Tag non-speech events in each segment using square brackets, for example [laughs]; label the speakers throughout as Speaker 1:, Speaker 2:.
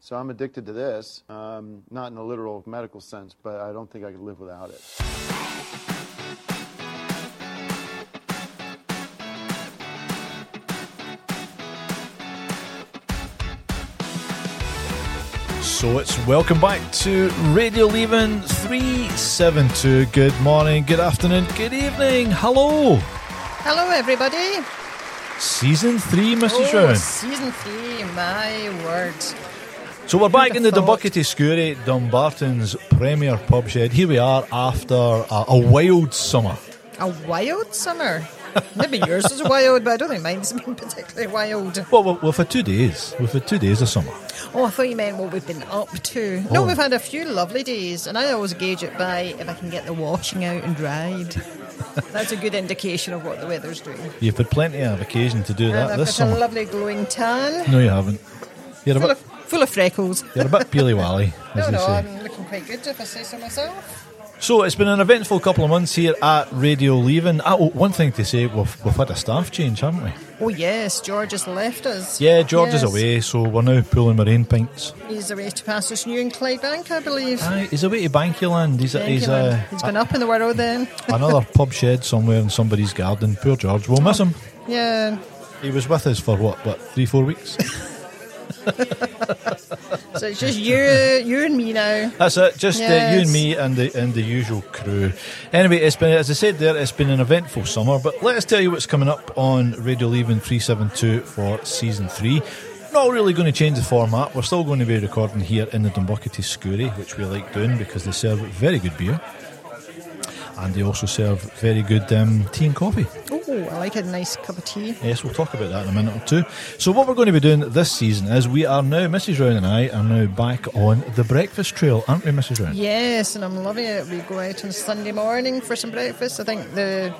Speaker 1: So I'm addicted to this, um, not in a literal medical sense, but I don't think I could live without it.
Speaker 2: So it's welcome back to Radio Leaving 372. Good morning, good afternoon, good evening. Hello.
Speaker 3: Hello, everybody.
Speaker 2: Season 3, Mr.
Speaker 3: Oh,
Speaker 2: Sharon.
Speaker 3: season three, my word.
Speaker 2: So we're back in the
Speaker 3: thought?
Speaker 2: Dubuckety Scourie, Dumbarton's premier pub shed. Here we are after a, a wild summer.
Speaker 3: A wild summer. Maybe yours is wild, but I don't think mine's been particularly wild.
Speaker 2: Well, we've- we've had two days. We've had two days of summer.
Speaker 3: Oh, I thought you meant what we've been up to. No,
Speaker 2: Oh.
Speaker 3: we've had a few lovely days, and I always gauge it by if I can get the washing out and dried. That's a good indication of what the weather's doing.
Speaker 2: You've had plenty of occasion to do
Speaker 3: and
Speaker 2: that
Speaker 3: I've
Speaker 2: this
Speaker 3: got
Speaker 2: summer.
Speaker 3: a lovely glowing tan,
Speaker 2: no, you haven't. You're a
Speaker 3: full of,
Speaker 2: bit,
Speaker 3: full of freckles.
Speaker 2: you're a bit peely wally, as
Speaker 3: [laughs] No,
Speaker 2: they
Speaker 3: no,
Speaker 2: say.
Speaker 3: I'm looking quite good if I say so myself.
Speaker 2: So it's been an eventful couple of months here at Radio Leaving. Ah, oh, one thing to say, we've, we've had a staff change, haven't we?
Speaker 3: Oh, yes, George has left us.
Speaker 2: Yeah, George is
Speaker 3: Yes.
Speaker 2: away, so we're now pulling marine pints.
Speaker 3: He's away to Pastors New in Clydebank, I believe.
Speaker 2: Aye, he's away to Bankyland. He's,
Speaker 3: Thank
Speaker 2: Ah, he's,
Speaker 3: you,
Speaker 2: uh,
Speaker 3: man. he's been up in the world then.
Speaker 2: another pub shed somewhere in somebody's garden. Poor George, we'll miss him.
Speaker 3: Yeah.
Speaker 2: He was with us for what, what three, four weeks?
Speaker 3: So it's just you, you and me now.
Speaker 2: That's it. Just uh, you
Speaker 3: Yes.
Speaker 2: and me and the and the usual crew. Anyway, it's been as I said there, it's been an eventful summer. But let us tell you what's coming up on Radio Leaving three seven two for season three. Not really going to change the format. We're still going to be recording here in the Dumbuckety Scourie, which we like doing because they serve very good beer. And they also serve very good um, tea and coffee.
Speaker 3: Oh, I like a nice cup of tea.
Speaker 2: Yes, we'll talk about that in a minute or two. So, what we're going to be doing this season is we are now, Mrs. Round and I are now back on the breakfast trail, aren't we, Mrs. Round?
Speaker 3: Yes, and I'm loving it. We go out on Sunday morning for some breakfast. I think the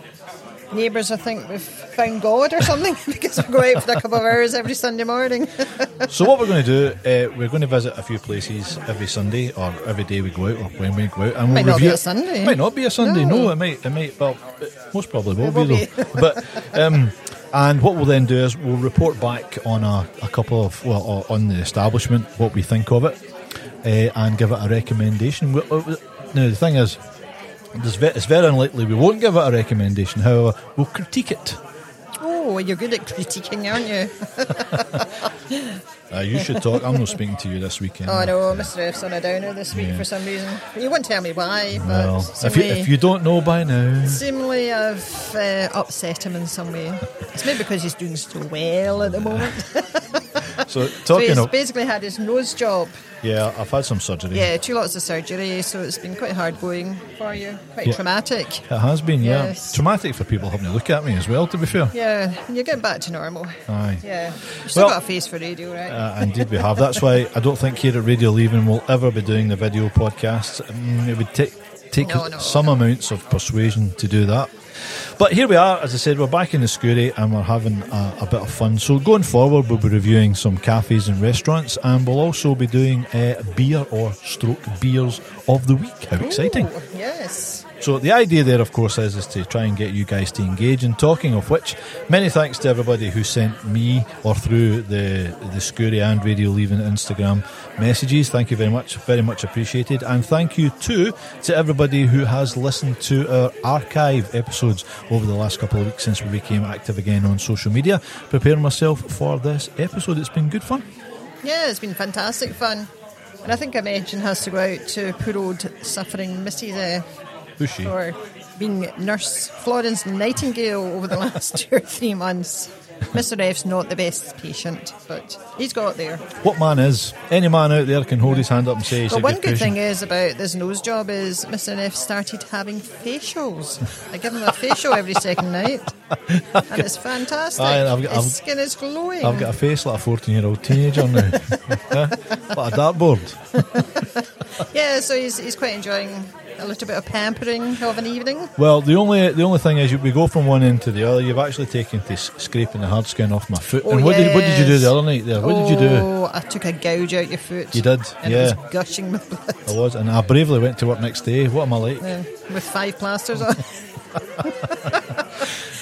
Speaker 3: neighbours, I think we've found God or something [laughs] because we go out for a couple of hours every Sunday morning. [laughs]
Speaker 2: So, what we're going to do, uh, we're going to visit a few places every Sunday or every day we go out or when we go out. And
Speaker 3: Might
Speaker 2: we'll
Speaker 3: not be
Speaker 2: review-
Speaker 3: a Sunday.
Speaker 2: Might not be a Sunday, no,
Speaker 3: No.
Speaker 2: it might, it might, well, it most probably will
Speaker 3: It
Speaker 2: be,
Speaker 3: will
Speaker 2: though. but, um, and what we'll then do is we'll report back on a, a couple of, well, o- on the establishment, what we think of it, uh, and give it a recommendation. We- uh, Now, the thing is, there's ve- it's very unlikely we won't give it a recommendation, however, we'll critique it.
Speaker 3: oh, you're good at critiquing, aren't you?
Speaker 2: Uh, you should talk. I'm not speaking to you this weekend.
Speaker 3: Oh, no, Mr. F's on a downer this week
Speaker 2: Yeah.
Speaker 3: for some reason. You won't tell me why, but
Speaker 2: Well, if you,
Speaker 3: seemingly,
Speaker 2: if you don't know by now,
Speaker 3: [laughs] seemingly I've uh, upset him in some way. It's maybe because he's doing so well at the moment.
Speaker 2: so
Speaker 3: So
Speaker 2: [laughs]
Speaker 3: he's
Speaker 2: talking of
Speaker 3: basically had his nose job.
Speaker 2: yeah, I've had some surgery.
Speaker 3: Yeah, two lots of surgery, so it's been quite hard going for you, quite
Speaker 2: Yeah.
Speaker 3: traumatic.
Speaker 2: It has been, yeah,
Speaker 3: Yes.
Speaker 2: traumatic for people having to look at me as well. To be fair,
Speaker 3: Yeah, and you're getting back to normal.
Speaker 2: aye,
Speaker 3: Yeah, you've still
Speaker 2: Well-
Speaker 3: got a face for radio, right?
Speaker 2: uh, indeed we have. That's why I don't think here at Radio Leaving we'll ever be doing the video podcasts. Mm, it would take take
Speaker 3: No, no,
Speaker 2: some amounts of persuasion to do that. But here we are, as I said, we're back in the Scourie and we're having a, a bit of fun. So going forward, we'll be reviewing some cafes and restaurants, and we'll also be doing uh, beer or stroke beers of the week. How exciting!
Speaker 3: Ooh, yes.
Speaker 2: So the idea there, of course, is, is to try and get you guys to engage. And talking of which, many thanks to everybody who sent me or through the the Scourie and Radio Leaving Instagram messages. Thank you very much, very much appreciated. And thank you too to everybody who has listened to our archive episodes over the last couple of weeks since we became active again on social media. Preparing myself for this episode, it's been good fun.
Speaker 3: Yeah, it's been fantastic fun. And I think I mentioned has to go out to poor old suffering Mrs. F
Speaker 2: Who's she?
Speaker 3: for being nurse Florence Nightingale over the last [laughs] two or three months. Mr. F's not the best patient, but he's got there.
Speaker 2: What man is? Any man out there can hold his hand up and say he's
Speaker 3: But
Speaker 2: a
Speaker 3: one
Speaker 2: good
Speaker 3: good
Speaker 2: patient.
Speaker 3: thing is about this nose job is Mr. F started having facials. I give him a facial every second night, and it's fantastic.
Speaker 2: Aye, and I've got- I've-
Speaker 3: His skin is glowing.
Speaker 2: I've got a face like a 14 year old teenager now. like [laughs] a dartboard.
Speaker 3: Yeah, so he's, he's quite enjoying a little bit of pampering of an evening.
Speaker 2: Well, the only the only thing is you, we go from one end to the other. You've actually taken to s- scraping the hard skin off my foot.
Speaker 3: Oh,
Speaker 2: and what, did, what did you do
Speaker 3: yes.
Speaker 2: the other night there? What did you do?
Speaker 3: Oh, I took a gouge out your foot.
Speaker 2: You did,
Speaker 3: And
Speaker 2: yeah.
Speaker 3: it was gushing with blood.
Speaker 2: I
Speaker 3: [laughs]
Speaker 2: was, and I bravely went to work next day. What am I like?
Speaker 3: Yeah, with five plasters on.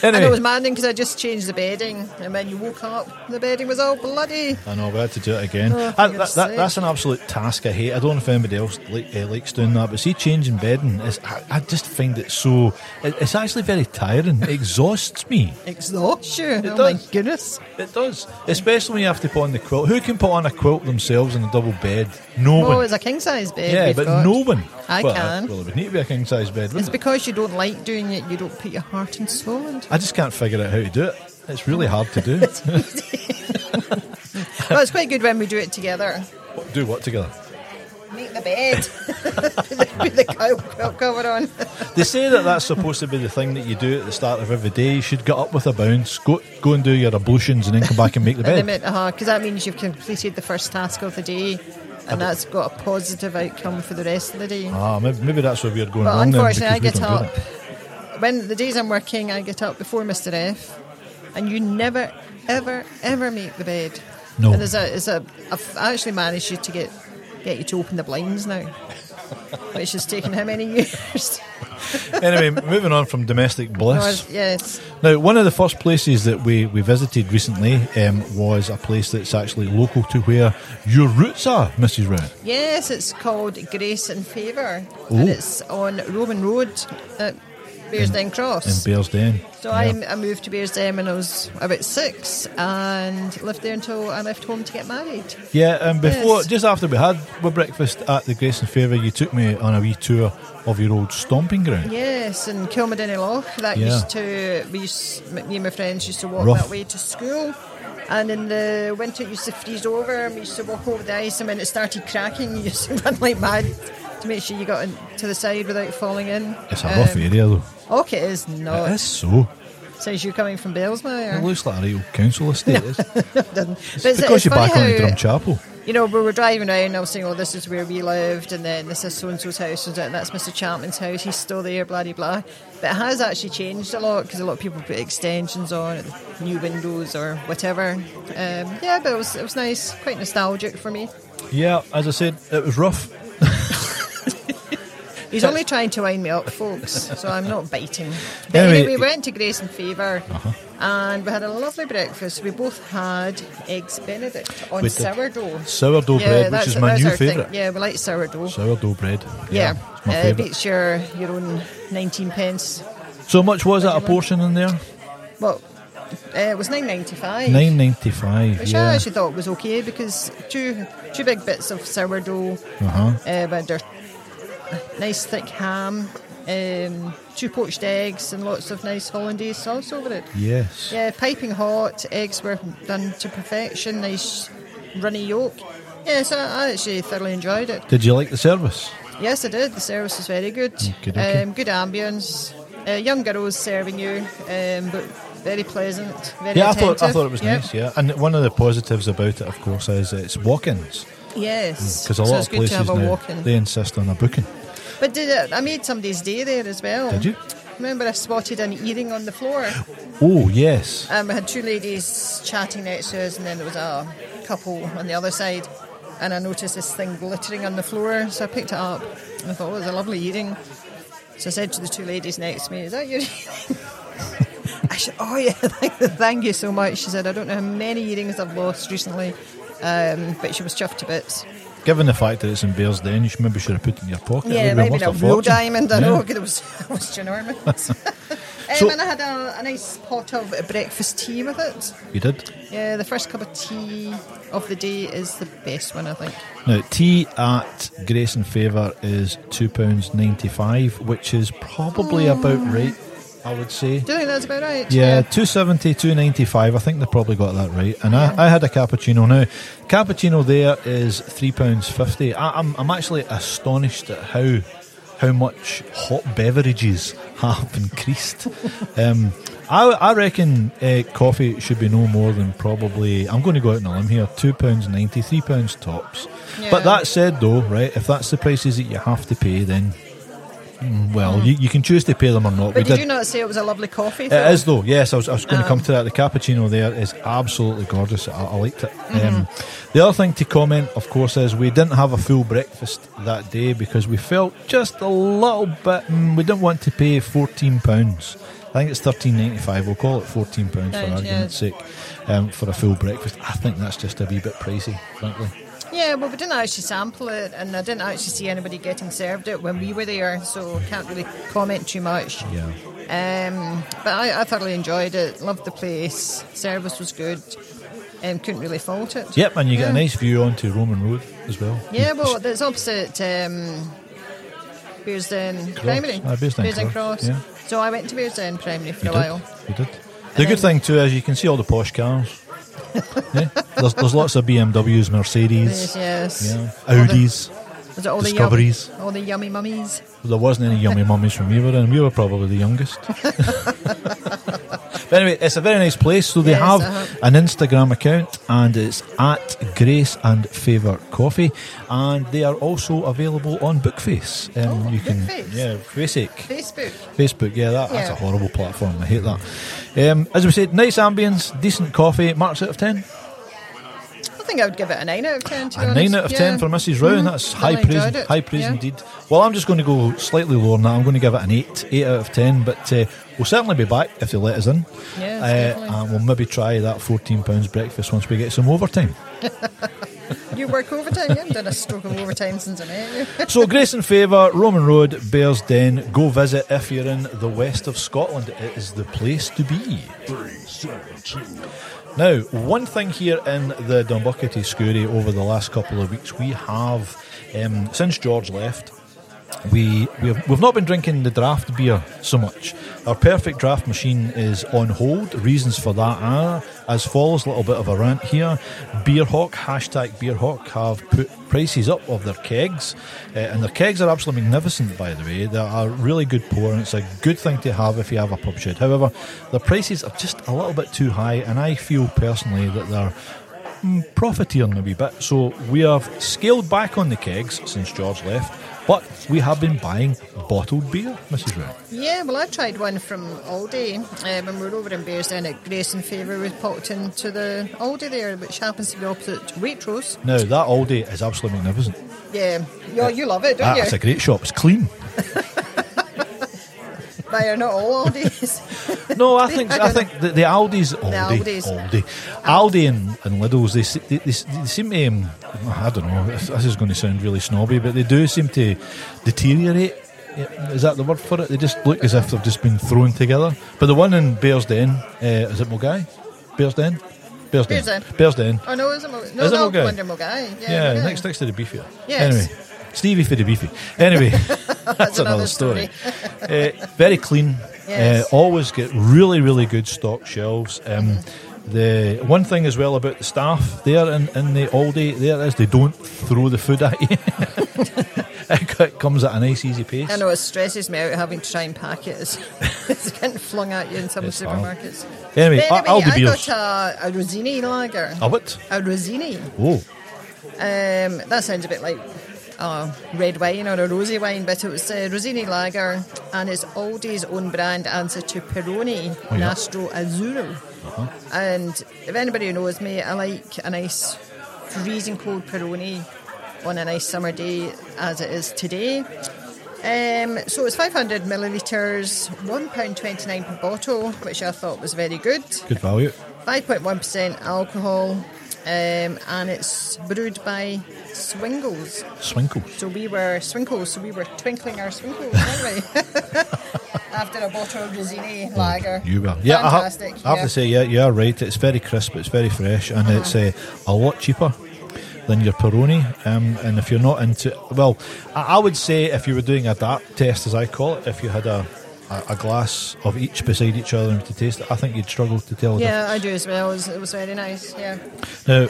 Speaker 2: Anyway.
Speaker 3: And it was maddening because I just changed the bedding, and when you woke up, the bedding was all bloody.
Speaker 2: I know, we had to do it again.
Speaker 3: Oh, for
Speaker 2: And that,
Speaker 3: goodness
Speaker 2: that,
Speaker 3: sake.
Speaker 2: that's an absolute task I hate. I don't know if anybody else li- uh, likes doing that, but see, changing bedding, is, I, I just find it so. It, it's actually very tiring. It exhausts me.
Speaker 3: Exhaust you. oh
Speaker 2: does.
Speaker 3: my goodness.
Speaker 2: It does. Especially when you have to put on the quilt. Who can put on a quilt themselves in a double bed? No
Speaker 3: Oh,
Speaker 2: one.
Speaker 3: it's a king size bed.
Speaker 2: Yeah,
Speaker 3: we've
Speaker 2: but
Speaker 3: got.
Speaker 2: no one.
Speaker 3: I
Speaker 2: well,
Speaker 3: can.
Speaker 2: Well, it would need to be a king size bed,
Speaker 3: It's
Speaker 2: wouldn't it?
Speaker 3: because you don't like doing it, you don't put your heart and soul into
Speaker 2: I just can't figure out how to do it. It's really hard to do.
Speaker 3: it. Well, it's quite good when we do it together.
Speaker 2: [laughs] do what together?
Speaker 3: Make
Speaker 2: [laughs]
Speaker 3: the bed. [laughs] Put the quilt quilt cover on.
Speaker 2: They say that that's supposed to be the thing that you do at the start of every day. You should get up with a bounce, go go and do your ablutions, and then come back and
Speaker 3: [laughs]
Speaker 2: make the
Speaker 3: Because
Speaker 2: bed.
Speaker 3: uh-huh, that means you've completed the first task of the day, and that's got a positive outcome for the rest of the day.
Speaker 2: Ah, maybe, maybe that's where we're going
Speaker 3: But
Speaker 2: wrong. then,
Speaker 3: unfortunately, I
Speaker 2: because we
Speaker 3: get
Speaker 2: don't do
Speaker 3: up. When the days I'm working, I get up before Mr. F, and you never, ever, ever make the bed.
Speaker 2: No.
Speaker 3: And there's a, there's a, I've actually managed you to get, get you to open the blinds now, which has taken how many [laughs] years?
Speaker 2: that. anyway, moving on from domestic
Speaker 3: [laughs]
Speaker 2: bliss.
Speaker 3: yes.
Speaker 2: Now, one of the first places that we, we visited recently um, was a place that's actually local to where your roots are, Mrs. Rowan.
Speaker 3: Yes, it's called Grace and Favour,
Speaker 2: Ooh.
Speaker 3: and it's on Roman Road at Bearsden Cross.
Speaker 2: In Bearsden.
Speaker 3: So
Speaker 2: Yeah.
Speaker 3: I, I moved to Bearsden when I was about six and lived there until I left home to get married.
Speaker 2: Yeah, and before,
Speaker 3: Yes.
Speaker 2: just after we had our breakfast at the Grace and Favour, you took me on a wee tour of your old stomping ground.
Speaker 3: Yes, and Kilmadinny Loch, that
Speaker 2: Yeah.
Speaker 3: used to, we used, me and my friends used to walk
Speaker 2: Rough.
Speaker 3: that way to school. And in the winter, it used to freeze over, and we used to walk over the ice. And when it started cracking, [laughs] you used to run like mad to make sure you got in, to the side without falling in. Um,
Speaker 2: It's a rough area, though.
Speaker 3: Okay, it is not.
Speaker 2: It is so.
Speaker 3: Says you're coming from Bellesmere.
Speaker 2: It looks like a real council
Speaker 3: [laughs]
Speaker 2: estate. it's
Speaker 3: doesn't. But
Speaker 2: it's because you're
Speaker 3: funny
Speaker 2: back on the
Speaker 3: how-
Speaker 2: Drum Chapel.
Speaker 3: You know, we were driving around, I was saying, oh, this is where we lived, and then this is so and so's house, and that's Mr. Chapman's house, he's still there, blah, blah, blah. But it has actually changed a lot because a lot of people put extensions on, new windows, or whatever. Um, yeah, but it was, it was nice, quite nostalgic for me.
Speaker 2: Yeah, as I said, it was rough.
Speaker 3: He's only trying to wind me up, folks, so I'm not biting. But
Speaker 2: Anyway- Uh-huh.
Speaker 3: anyway, we went to Grace and Favour, and we had a lovely breakfast. We both had eggs Benedict on
Speaker 2: We did.
Speaker 3: sourdough.
Speaker 2: Sourdough bread, which is my
Speaker 3: that's
Speaker 2: new
Speaker 3: our thing.
Speaker 2: favourite.
Speaker 3: Yeah, we like sourdough.
Speaker 2: Sourdough bread.
Speaker 3: Yeah,
Speaker 2: it's my
Speaker 3: uh,
Speaker 2: favourite.
Speaker 3: beats your your own nineteen pence.
Speaker 2: So much was that a portion in there?
Speaker 3: Well, uh, it was nine ninety five.
Speaker 2: Nine ninety five.
Speaker 3: Which I
Speaker 2: Yeah.
Speaker 3: actually thought was okay because two two big bits of sourdough,
Speaker 2: Uh huh.
Speaker 3: uh, with their nice thick ham, um, two poached eggs, and lots of nice hollandaise sauce over it.
Speaker 2: Yes.
Speaker 3: Yeah, piping hot. Eggs were done to perfection. Nice runny yolk. Yes, I, I actually thoroughly enjoyed it.
Speaker 2: Did you like the service?
Speaker 3: Yes, I did. The service was very good.
Speaker 2: Okey-dokey.
Speaker 3: Um, good ambience. Uh, young girls serving you, um, but very pleasant. Very
Speaker 2: Yeah, I thought I
Speaker 3: attentive.
Speaker 2: thought it was
Speaker 3: Yep.
Speaker 2: nice. Yeah, and one of the positives about it, of course, is it's walk-ins
Speaker 3: Yes,
Speaker 2: because Mm, a lot
Speaker 3: so it's
Speaker 2: of
Speaker 3: good to
Speaker 2: places
Speaker 3: have a
Speaker 2: now
Speaker 3: walk in.
Speaker 2: they insist on a booking.
Speaker 3: But did it, I made somebody's day there as well.
Speaker 2: Did you?
Speaker 3: Remember, I spotted an earring on the floor.
Speaker 2: Oh yes.
Speaker 3: Um, we had two ladies chatting next to us, and then there was a couple on the other side. And I noticed this thing glittering on the floor, so I picked it up. And I thought, oh, it was a lovely earring. So I said to the two ladies next to me, Is that your earring? [laughs] I said, Oh, yeah, [laughs] thank, thank you so much. She said, I don't know how many earrings I've lost recently, um, but she was chuffed to bits.
Speaker 2: Given the fact that it's in Bears Den, you should, maybe should have put it in your pocket. It
Speaker 3: Yeah,
Speaker 2: would've been
Speaker 3: maybe a
Speaker 2: worth
Speaker 3: real
Speaker 2: fortune.
Speaker 3: diamond. I
Speaker 2: Yeah.
Speaker 3: know, 'cause it was, [laughs] it was ginormous. um,
Speaker 2: So-
Speaker 3: and I had a, a nice pot of breakfast tea with it.
Speaker 2: You did.
Speaker 3: Yeah, the first cup of tea of the day is the best one, I think.
Speaker 2: Now, tea at Grace and Favour is £2.95, which is probably
Speaker 3: Hmm.
Speaker 2: about right, I would say.
Speaker 3: Do you think that's about right? uh,
Speaker 2: Yeah, two seventy, two ninety five. I think they probably got that right. And I, I had a cappuccino. Now, cappuccino there is three pounds fifty. I'm I'm actually astonished at how how much hot beverages [laughs] have increased. um, I I reckon uh, coffee should be no more than probably. I'm going to go out on a limb here. Two pounds ninety, three pounds tops. But
Speaker 3: Yeah.
Speaker 2: that said, though, right? If that's the prices that you have to pay, then. mm, Well, you, you can choose to pay them or not.
Speaker 3: Hmm. But
Speaker 2: we
Speaker 3: did,
Speaker 2: did
Speaker 3: you not say it was a lovely coffee?
Speaker 2: it
Speaker 3: though?
Speaker 2: is though. Yes, I was, I was going to
Speaker 3: Uh-huh.
Speaker 2: come to that. The cappuccino there is absolutely gorgeous. I, I liked it.
Speaker 3: Mm-hmm.
Speaker 2: Um, the other thing to comment, of course, is we didn't have a full breakfast that day because we felt just a little bit. Mm, we didn't want to pay fourteen pounds I think it's thirteen ninety five. We'll call it fourteen pounds for
Speaker 3: Pounds,
Speaker 2: argument's
Speaker 3: yeah.
Speaker 2: sake um, for a full breakfast. I think that's just a wee bit pricey, frankly.
Speaker 3: Yeah, well, we didn't actually sample it, and I didn't actually see anybody getting served it when we were there, so can't really comment too much.
Speaker 2: Yeah.
Speaker 3: Um, but I, I thoroughly enjoyed it. Loved the place. Service was good. Um, couldn't really fault it.
Speaker 2: Yep, and you get a nice view onto Roman Road as well.
Speaker 3: Yeah, well, it's opposite um, Bearsden Primary.
Speaker 2: Ah, Bearsden Cross, yeah.
Speaker 3: So I went to Bearsden Primary for
Speaker 2: You
Speaker 3: a
Speaker 2: did.
Speaker 3: while.
Speaker 2: You did. The good
Speaker 3: then-
Speaker 2: thing too is you can see all the posh
Speaker 3: [laughs]
Speaker 2: cars. yeah? there's, there's lots of BMWs, Mercedes,
Speaker 3: Yes, yes.
Speaker 2: yeah, Audis.
Speaker 3: Was it all
Speaker 2: Discoveries.
Speaker 3: The yum, all the yummy mummies.
Speaker 2: There wasn't any yummy mummies when we were in. We were probably the
Speaker 3: [laughs]
Speaker 2: youngest. [laughs] but anyway, it's a very nice place. So they
Speaker 3: Yes,
Speaker 2: have
Speaker 3: uh-huh.
Speaker 2: an Instagram account, and it's at Grace and Favour Coffee, and they are also available on Bookface. Um,
Speaker 3: Oh,
Speaker 2: you can,
Speaker 3: Bookface.
Speaker 2: yeah, Faceic.
Speaker 3: Facebook.
Speaker 2: Facebook, yeah, that, that's a
Speaker 3: Yeah.
Speaker 2: horrible platform. I hate that. Um, as we said, nice ambience, decent coffee. Marks out of ten.
Speaker 3: I think I would give it a 9 out of 10, to be
Speaker 2: A
Speaker 3: honest.
Speaker 2: nine out of
Speaker 3: Yeah.
Speaker 2: ten for Mrs. Rowan.
Speaker 3: Mhm.
Speaker 2: That's high
Speaker 3: Thoroughly
Speaker 2: praise.
Speaker 3: enjoyed it.
Speaker 2: High praise
Speaker 3: Yeah.
Speaker 2: indeed. Well, I'm just going to go slightly lower than that. I'm going to give it an eight, eight out of ten. But uh, we'll certainly be back if they let us in.
Speaker 3: Yes,
Speaker 2: uh,
Speaker 3: definitely.
Speaker 2: and we'll maybe try that fourteen pounds breakfast once we get some overtime.
Speaker 3: You work overtime? You haven't
Speaker 2: [laughs]
Speaker 3: done a stroke of overtime since I met you.
Speaker 2: so Grace and Favour, Roman Road, Bears Den. Go visit if you're in the west of Scotland. It is the place to be. Now, one thing here in the Dunbuckety Scourie over the last couple of weeks, we have, um, since George left, we we've, we've not been drinking the draft beer so much. Our perfect draft machine is on hold. Reasons for that are as follows. A little bit of a rant here. Beerhawk hashtag Beerhawk have put prices up of their kegs, uh, and their kegs are absolutely magnificent. By the way, they are really good pour, and it's a good thing to have if you have a pub shed. However, their prices are just a little bit too high, and I feel personally that they're mm, profiteering a wee bit. So we have scaled back on the kegs since George left, but we have been buying bottled beer, Mrs. Ray.
Speaker 3: [laughs] Yeah, well, I tried one from Aldi uh, when we were over in Bearsden at Grace and Favour. We popped into the Aldi there, which happens to be opposite to Waitrose.
Speaker 2: Now that Aldi is absolutely magnificent.
Speaker 3: Yeah, you you love it,
Speaker 2: Ah,
Speaker 3: don't
Speaker 2: it's
Speaker 3: you?
Speaker 2: a great shop. It's clean.
Speaker 3: But they're not all Aldis. [laughs]
Speaker 2: No, I think
Speaker 3: I
Speaker 2: I
Speaker 3: don't
Speaker 2: think the, the Aldi's Aldi,
Speaker 3: Aldis.
Speaker 2: Aldi, Aldi, and, and Lidl's. They, se- they, they, se- they seem to. Um, I don't know. This this is going to sound really snobby, but they do seem to deteriorate. Yeah, Is that the word for it? They just look as if they've just been thrown together. But the one in Bearsden, uh, is it Mulgai? Bearsden, Bearsden,
Speaker 3: Bearsden.
Speaker 2: Bearsden.
Speaker 3: oh, no, is it Mo- No,
Speaker 2: Is it
Speaker 3: no,
Speaker 2: Mulgai?
Speaker 3: Wonder Mulgai.
Speaker 2: Yeah,
Speaker 3: Yeah, Mulgai.
Speaker 2: next next to the beefy.
Speaker 3: Yes.
Speaker 2: Anyway, Stevie for the beefy.
Speaker 3: [laughs]
Speaker 2: Anyway, [laughs] that's, another,
Speaker 3: another
Speaker 2: story. uh, very clean.
Speaker 3: Yes.
Speaker 2: Uh, always get really really good stock shelves. Um,
Speaker 3: Mm-hmm.
Speaker 2: the one thing as well about the staff there in, in the Aldi there is they don't throw the food at you. [laughs] it co- comes at a nice easy pace.
Speaker 3: I know it stresses me out having to try and pack it. It's, it's [laughs] getting flung at you in some
Speaker 2: It's hard.
Speaker 3: supermarkets.
Speaker 2: Anyway,
Speaker 3: But
Speaker 2: Al- Aldi
Speaker 3: I
Speaker 2: beers.
Speaker 3: got a, a Rosini lager.
Speaker 2: A what?
Speaker 3: A Rosini.
Speaker 2: Oh,
Speaker 3: Um, that sounds a bit like uh, red wine or a rosy wine, but it was uh, Rosini Lager and it's Aldi's own brand answer to Peroni
Speaker 2: Oh, yeah. Uh-huh.
Speaker 3: Nastro Azzurro. And if anybody who knows me, I like a nice freezing cold Peroni on a nice summer day as it is today. Um, so it's 500 millilitres, £1.29 per bottle, which I thought was very good.
Speaker 2: good value.
Speaker 3: 5.1% alcohol, um, and it's brewed by Swingles.
Speaker 2: Swinkles.
Speaker 3: So we were Swinkles, so we were twinkling our Swinkles, weren't we? [laughs] After a bottle of Rosini lager.
Speaker 2: Mm. You will. Yeah, I, ha-
Speaker 3: Fantastic.
Speaker 2: I have
Speaker 3: yeah. Uh-huh.
Speaker 2: to say, yeah, you are right. It's very crisp, it's very fresh, and it's uh, a lot cheaper than your Peroni. Um, and if you're not into, well, I, I would say if you were doing a dart test, as I call it, if you had a, a, a glass of each beside each other and to taste it, I think you'd struggle to tell. the
Speaker 3: Yeah, I do as well. It was, it was very nice. Yeah.
Speaker 2: now,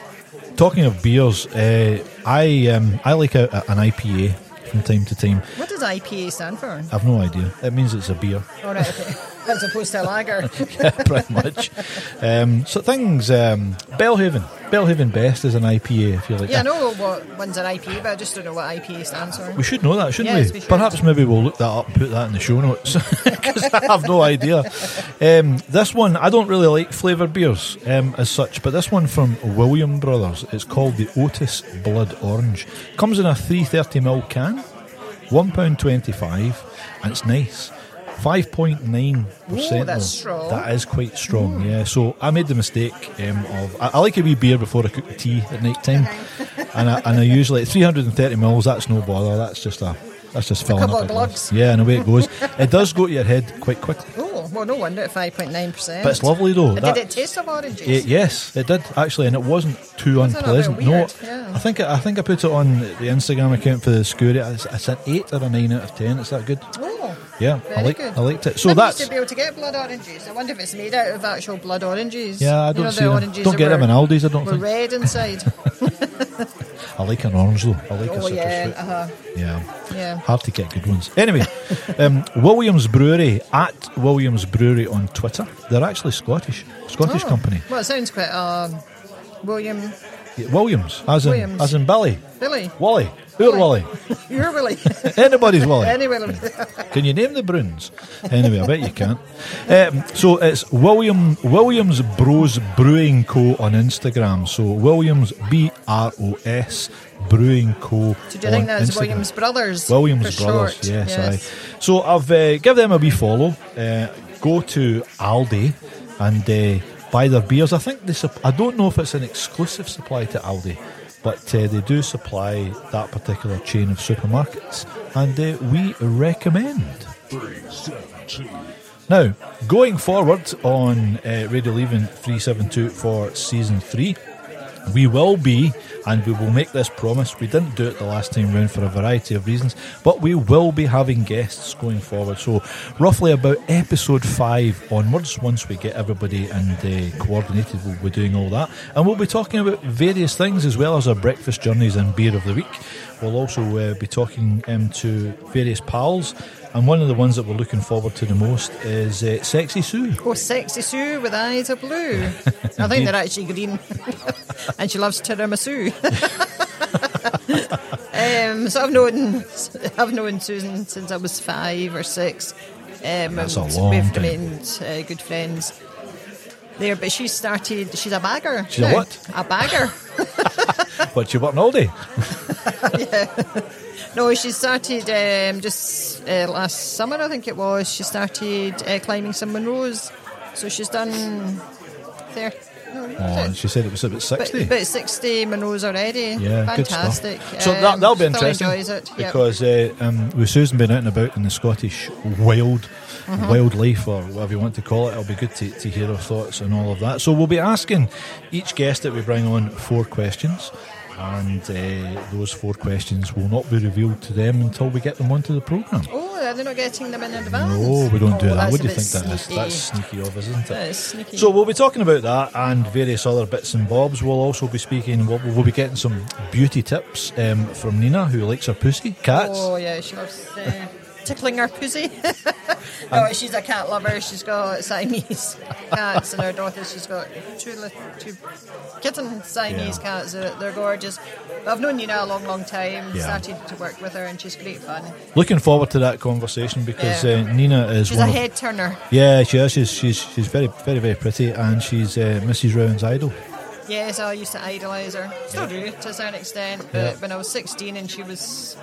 Speaker 2: talking of beers, uh, I um, I like a, a- an IPA from time to time.
Speaker 3: What does IPA
Speaker 2: [laughs]
Speaker 3: stand for?
Speaker 2: I've no idea. It means it's a beer.
Speaker 3: All right, okay. As opposed
Speaker 2: [laughs]
Speaker 3: to a lager.
Speaker 2: yeah, pretty much. Um, so things, um, Bellhaven. Bellhaven Best is an IPA, if you like.
Speaker 3: Yeah, I know what one's an IPA, but I just don't know what IPA stands for.
Speaker 2: We should know that, shouldn't
Speaker 3: Yes,
Speaker 2: we?
Speaker 3: we should.
Speaker 2: Perhaps maybe we'll look that up and put that in the show notes [laughs] because I have no idea. Um, this one, I don't really like flavoured beers um, as such, but this one from William Brothers, it's called the Otis Blood Orange. Comes in a 330ml can, £1.25, and it's nice. 5.9%.
Speaker 3: Ooh, that's
Speaker 2: though.
Speaker 3: strong.
Speaker 2: That is quite strong, yeah. So I made the mistake um, of. I, I like a wee beer before I cook the tea at night
Speaker 3: [laughs]
Speaker 2: time. and, I, and I usually, 330 mils, that's no bother. That's just a. That's just filling
Speaker 3: couple
Speaker 2: up
Speaker 3: of
Speaker 2: a glass.
Speaker 3: glugs.
Speaker 2: Yeah, and away it goes. it does go to your head quite quickly.
Speaker 3: Oh, well, no wonder at 5.9%.
Speaker 2: But it's lovely though.
Speaker 3: Did
Speaker 2: That-
Speaker 3: it taste of oranges?
Speaker 2: it- yes, it did actually, and it wasn't too
Speaker 3: Wasn't it a bit
Speaker 2: unpleasant.
Speaker 3: weird?
Speaker 2: no,
Speaker 3: Yeah.
Speaker 2: I think I think I put it on the Instagram account for the Scurry. It's, it's an eight or a nine out of ten. Is that good?
Speaker 3: Oh,
Speaker 2: Yeah,
Speaker 3: very
Speaker 2: I like
Speaker 3: good.
Speaker 2: I liked it. So
Speaker 3: Never used
Speaker 2: that's
Speaker 3: to be able to get blood oranges. I wonder if it's made out of actual blood oranges.
Speaker 2: yeah. I
Speaker 3: you
Speaker 2: don't
Speaker 3: know,
Speaker 2: see
Speaker 3: the
Speaker 2: them.
Speaker 3: oranges
Speaker 2: Don't
Speaker 3: that
Speaker 2: get them
Speaker 3: were-
Speaker 2: in Aldi's. I don't
Speaker 3: Were
Speaker 2: think. [laughs]
Speaker 3: red inside.
Speaker 2: I like an orange though. I like a
Speaker 3: oh
Speaker 2: citrus
Speaker 3: yeah,
Speaker 2: fruit.
Speaker 3: uh-huh.
Speaker 2: Yeah.
Speaker 3: yeah.
Speaker 2: Hard to get good ones. Anyway, um, Williams Brewery at Williams Brewery on Twitter. They're actually Scottish, Scottish
Speaker 3: Oh.
Speaker 2: company.
Speaker 3: Well, it sounds quite um, William
Speaker 2: Yeah, Williams, as in
Speaker 3: Williams.
Speaker 2: as in Billy,
Speaker 3: Billy.
Speaker 2: Wally, Poor Wally,
Speaker 3: Wally. You're Willie.
Speaker 2: [laughs]
Speaker 3: [laughs]
Speaker 2: anybody's Wally.
Speaker 3: anyway, [laughs]
Speaker 2: Can you name the Bruins? Anyway, I bet you can't. Um, so it's William Williams Bros Brewing Co. on Instagram. So Williams B R O S Brewing Co.
Speaker 3: so do you think
Speaker 2: on
Speaker 3: that's
Speaker 2: Instagram.
Speaker 3: Williams Brothers?
Speaker 2: Williams
Speaker 3: for
Speaker 2: Brothers,
Speaker 3: short?
Speaker 2: yes, aye. So I've uh, give them a wee follow. Uh, go to Aldi and uh, buy their beers. I think they. Sup- I don't know if it's an exclusive supply to Aldi, but uh, they do supply that particular chain of supermarkets, and uh, we recommend. Now, going forward on uh, Radio Leaving 372 for season three, we will be, and we will make this promise. We didn't do it the last time round for a variety of reasons, but we will be having guests going forward. So, roughly about episode five onwards, once we get everybody and uh, coordinated, we'll be doing all that. And we'll be talking about various things as well as our breakfast journeys and beer of the week. We'll also uh, be talking um, to various pals. And one of the ones that we're looking forward to the most is uh, Sexy Sue.
Speaker 3: Oh, sexy Sue with eyes of blue. I think they're actually green. [laughs] and she loves tiramisu. [laughs] um, so I've known I've known Susan since I was five or six. Um,
Speaker 2: That's a
Speaker 3: and
Speaker 2: long
Speaker 3: We've
Speaker 2: time.
Speaker 3: remained uh, good friends there, but she started. She's a bagger.
Speaker 2: She's a
Speaker 3: now.
Speaker 2: what?
Speaker 3: A bagger.
Speaker 2: What you want all day?
Speaker 3: No, she started um, just uh, last summer, I think it was. She started uh, climbing some Monroes, so she's done there. No, is
Speaker 2: Oh,
Speaker 3: it?
Speaker 2: and she said it was about
Speaker 3: But,
Speaker 2: 60.
Speaker 3: but 60 Monroes already.
Speaker 2: Yeah,
Speaker 3: Fantastic.
Speaker 2: good stuff. So
Speaker 3: Um,
Speaker 2: that, that'll be
Speaker 3: still
Speaker 2: interesting
Speaker 3: enjoys it. yep.
Speaker 2: because uh, um, with Susan been out and about in the Scottish wild,
Speaker 3: Mm-hmm.
Speaker 2: wildlife or whatever you want to call it, it'll be good to, to hear her thoughts and all of that. So we'll be asking each guest that we bring on four questions. And uh, those four questions will not be revealed to them until we get them onto the programme.
Speaker 3: Oh, are they not getting them in advance?
Speaker 2: No, we don't do
Speaker 3: Oh,
Speaker 2: that.
Speaker 3: that's
Speaker 2: What
Speaker 3: a
Speaker 2: do you
Speaker 3: bit
Speaker 2: think that is?
Speaker 3: sneaky.
Speaker 2: That's sneaky of us, isn't it?
Speaker 3: That is sneaky.
Speaker 2: So we'll be talking about that and various other bits and bobs. We'll also be speaking. We'll, we'll be getting some beauty tips um, from Nina, who likes her pussy cats.
Speaker 3: Oh, yeah, she loves uh, tickling her pussy. [laughs] no, she's a cat lover. She's got Siamese [laughs] cats, and her daughter, she's got two, li- two kitten Siamese
Speaker 2: Yeah.
Speaker 3: cats. They're, they're gorgeous. I've known Nina a long, long time.
Speaker 2: Yeah.
Speaker 3: Started to work with her, and she's great fun.
Speaker 2: Looking forward to that conversation because
Speaker 3: Yeah.
Speaker 2: uh, Nina is
Speaker 3: She's
Speaker 2: one
Speaker 3: a
Speaker 2: of.
Speaker 3: head turner.
Speaker 2: Yeah, she is. She's she's, she's very very very pretty, and she's uh, Mrs. Rowan's idol.
Speaker 3: Yes, I used to idolise her. Still do to a certain extent. But
Speaker 2: Yeah.
Speaker 3: when I was 16 and she was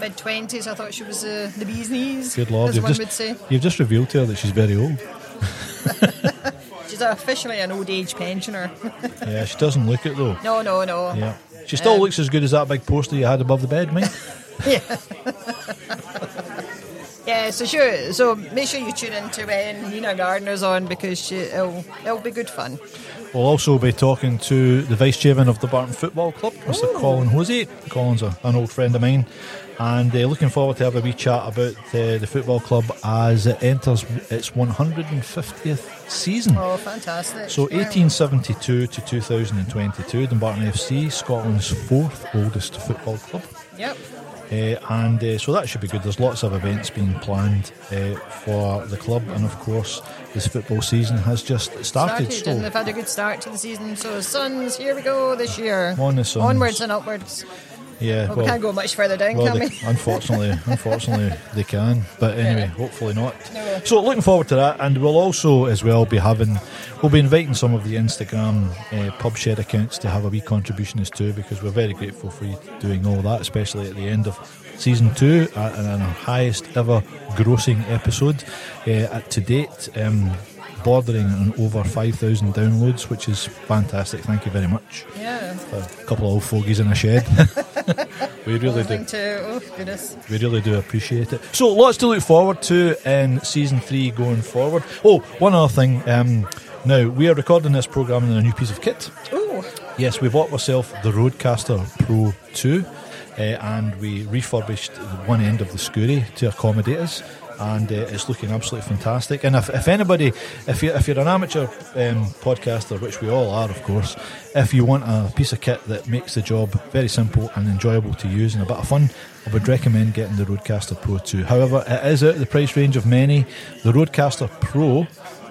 Speaker 3: mid 20s, I thought she was uh, the bee's knees.
Speaker 2: Good lord,
Speaker 3: as
Speaker 2: you've
Speaker 3: one
Speaker 2: just
Speaker 3: would say.
Speaker 2: you've just revealed to her that she's very old.
Speaker 3: She's officially an old age pensioner.
Speaker 2: yeah, she doesn't look it though.
Speaker 3: no, no, no.
Speaker 2: Yeah, she still
Speaker 3: Um,
Speaker 2: looks as good as that big poster you had above the bed, mate.
Speaker 3: Yeah, so sure. So make sure you tune in to when Nina Gardner's on because she, it'll, it'll be good fun.
Speaker 2: We'll also be talking to the vice chairman of the Barton Football Club, Mr. Colin Hosey. Colin's a, an old friend of mine, and uh, looking forward to have a wee chat about uh, the football club as it enters its 150th season.
Speaker 3: Oh, fantastic.
Speaker 2: So
Speaker 3: Yeah.
Speaker 2: 1872 to 2022, Dumbarton FC, Scotland's fourth oldest football club.
Speaker 3: Yep.
Speaker 2: Uh, and uh, so that should be good. There's lots of events being planned uh, for the club, and of course, this football season has just started.
Speaker 3: Started,
Speaker 2: so-
Speaker 3: and they've had a good start to the season. So, Suns, here we go this year.
Speaker 2: On the Suns.
Speaker 3: Onwards and upwards.
Speaker 2: Yeah,
Speaker 3: Well,
Speaker 2: well-
Speaker 3: we can't go much further down,
Speaker 2: Well,
Speaker 3: can
Speaker 2: they,
Speaker 3: we?
Speaker 2: unfortunately, unfortunately, they can. But anyway,
Speaker 3: Yeah.
Speaker 2: hopefully not.
Speaker 3: No.
Speaker 2: So looking forward to that, and we'll also as well be having, we'll be inviting some of the Instagram uh, pub shed accounts to have a wee contribution as too, because we're very grateful for you doing all that, especially at the end of season two uh, and our highest ever grossing episode uh, at to date. Um, Bordering on over 5,000 downloads, which is fantastic. Thank you very much.
Speaker 3: yeah.
Speaker 2: A couple of old fogies in a shed. [laughs] we really do.
Speaker 3: Nothing to, oh, goodness.
Speaker 2: We really do appreciate it. So, lots to look forward to in season three going forward. Oh, one other thing. Um, now, we are recording this programme in a new piece of kit.
Speaker 3: Ooh,
Speaker 2: Yes, we bought ourselves the Roadcaster Pro 2 uh, and we refurbished the one end of the Scurry to accommodate us. And uh, it's looking absolutely fantastic. And if, if anybody, if you're, if you're an amateur um, podcaster, which we all are, of course, if you want a piece of kit that makes the job very simple and enjoyable to use and a bit of fun, I would recommend getting the Roadcaster Pro 2. However, it is out of the price range of many. The Roadcaster Pro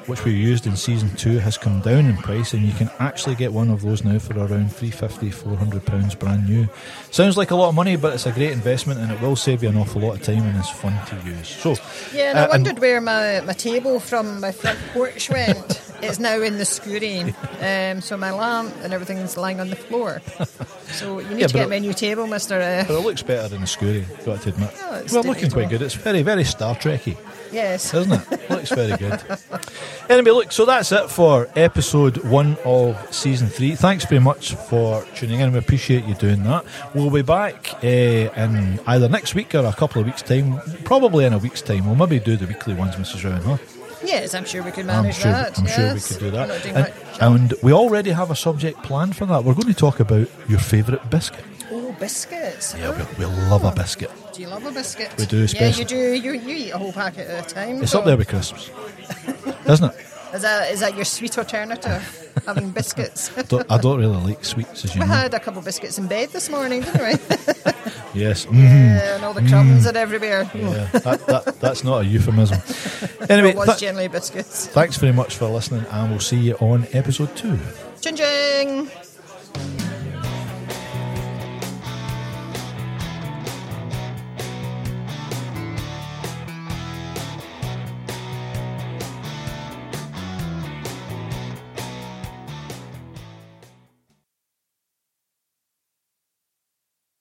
Speaker 2: which we used in season two has come down in price and you can actually get one of those now for around 350 400 pounds brand new sounds like a lot of money but it's a great investment and it will save you an awful lot of time and it's fun to use so
Speaker 3: yeah, and
Speaker 2: uh,
Speaker 3: I wondered where my, my table from my front
Speaker 2: [laughs]
Speaker 3: porch went. it's now in the scurry, um, so my lamp and everything's lying on
Speaker 2: [laughs]
Speaker 3: the floor. So you need
Speaker 2: Yeah,
Speaker 3: to
Speaker 2: but
Speaker 3: get
Speaker 2: it-
Speaker 3: me a new table, Mister. uh,
Speaker 2: but it looks better than the Scurry, got to admit.
Speaker 3: Oh, it's
Speaker 2: well, looking quite
Speaker 3: delectable.
Speaker 2: good. It's very, very Star Trekky.
Speaker 3: yes,
Speaker 2: isn't [laughs] it? Looks very good. Anyway, look, so that's it for episode one of season three. Thanks very much for tuning in. We appreciate you doing that. We'll be back uh, in either next week or a couple of weeks' time, probably in a week's time. We'll maybe do the weekly ones, Mrs. Rowan, huh?
Speaker 3: yes, I'm sure we could
Speaker 2: I'm
Speaker 3: manage
Speaker 2: sure,
Speaker 3: that.
Speaker 2: I'm
Speaker 3: yes.
Speaker 2: sure we could do
Speaker 3: We're not
Speaker 2: that.
Speaker 3: doing
Speaker 2: And,
Speaker 3: much.
Speaker 2: and we already have a subject planned for that. We're going to talk about your favourite biscuit.
Speaker 3: oh, biscuits.
Speaker 2: Yeah,
Speaker 3: Oh.
Speaker 2: we, we love a biscuit.
Speaker 3: Do you love a biscuit?
Speaker 2: We do,
Speaker 3: Yeah,
Speaker 2: especially-
Speaker 3: you do. You, you eat a whole packet at a time.
Speaker 2: It's
Speaker 3: so
Speaker 2: up there with [laughs] crisps, isn't it?
Speaker 3: Is that is that your sweet alternative?
Speaker 2: [laughs]
Speaker 3: having biscuits. [laughs]
Speaker 2: Don't- I don't really like sweets, as you
Speaker 3: we
Speaker 2: know.
Speaker 3: had a couple of biscuits in bed this morning, didn't we?
Speaker 2: Yes.
Speaker 3: Yeah, and all the crumbs are everywhere. [laughs]
Speaker 2: Yeah, that, that, that's not a euphemism. Anyway,
Speaker 3: It was
Speaker 2: tha-
Speaker 3: generally biscuits.
Speaker 2: thanks very much for listening, and we'll see you on episode two.
Speaker 3: Ching ching!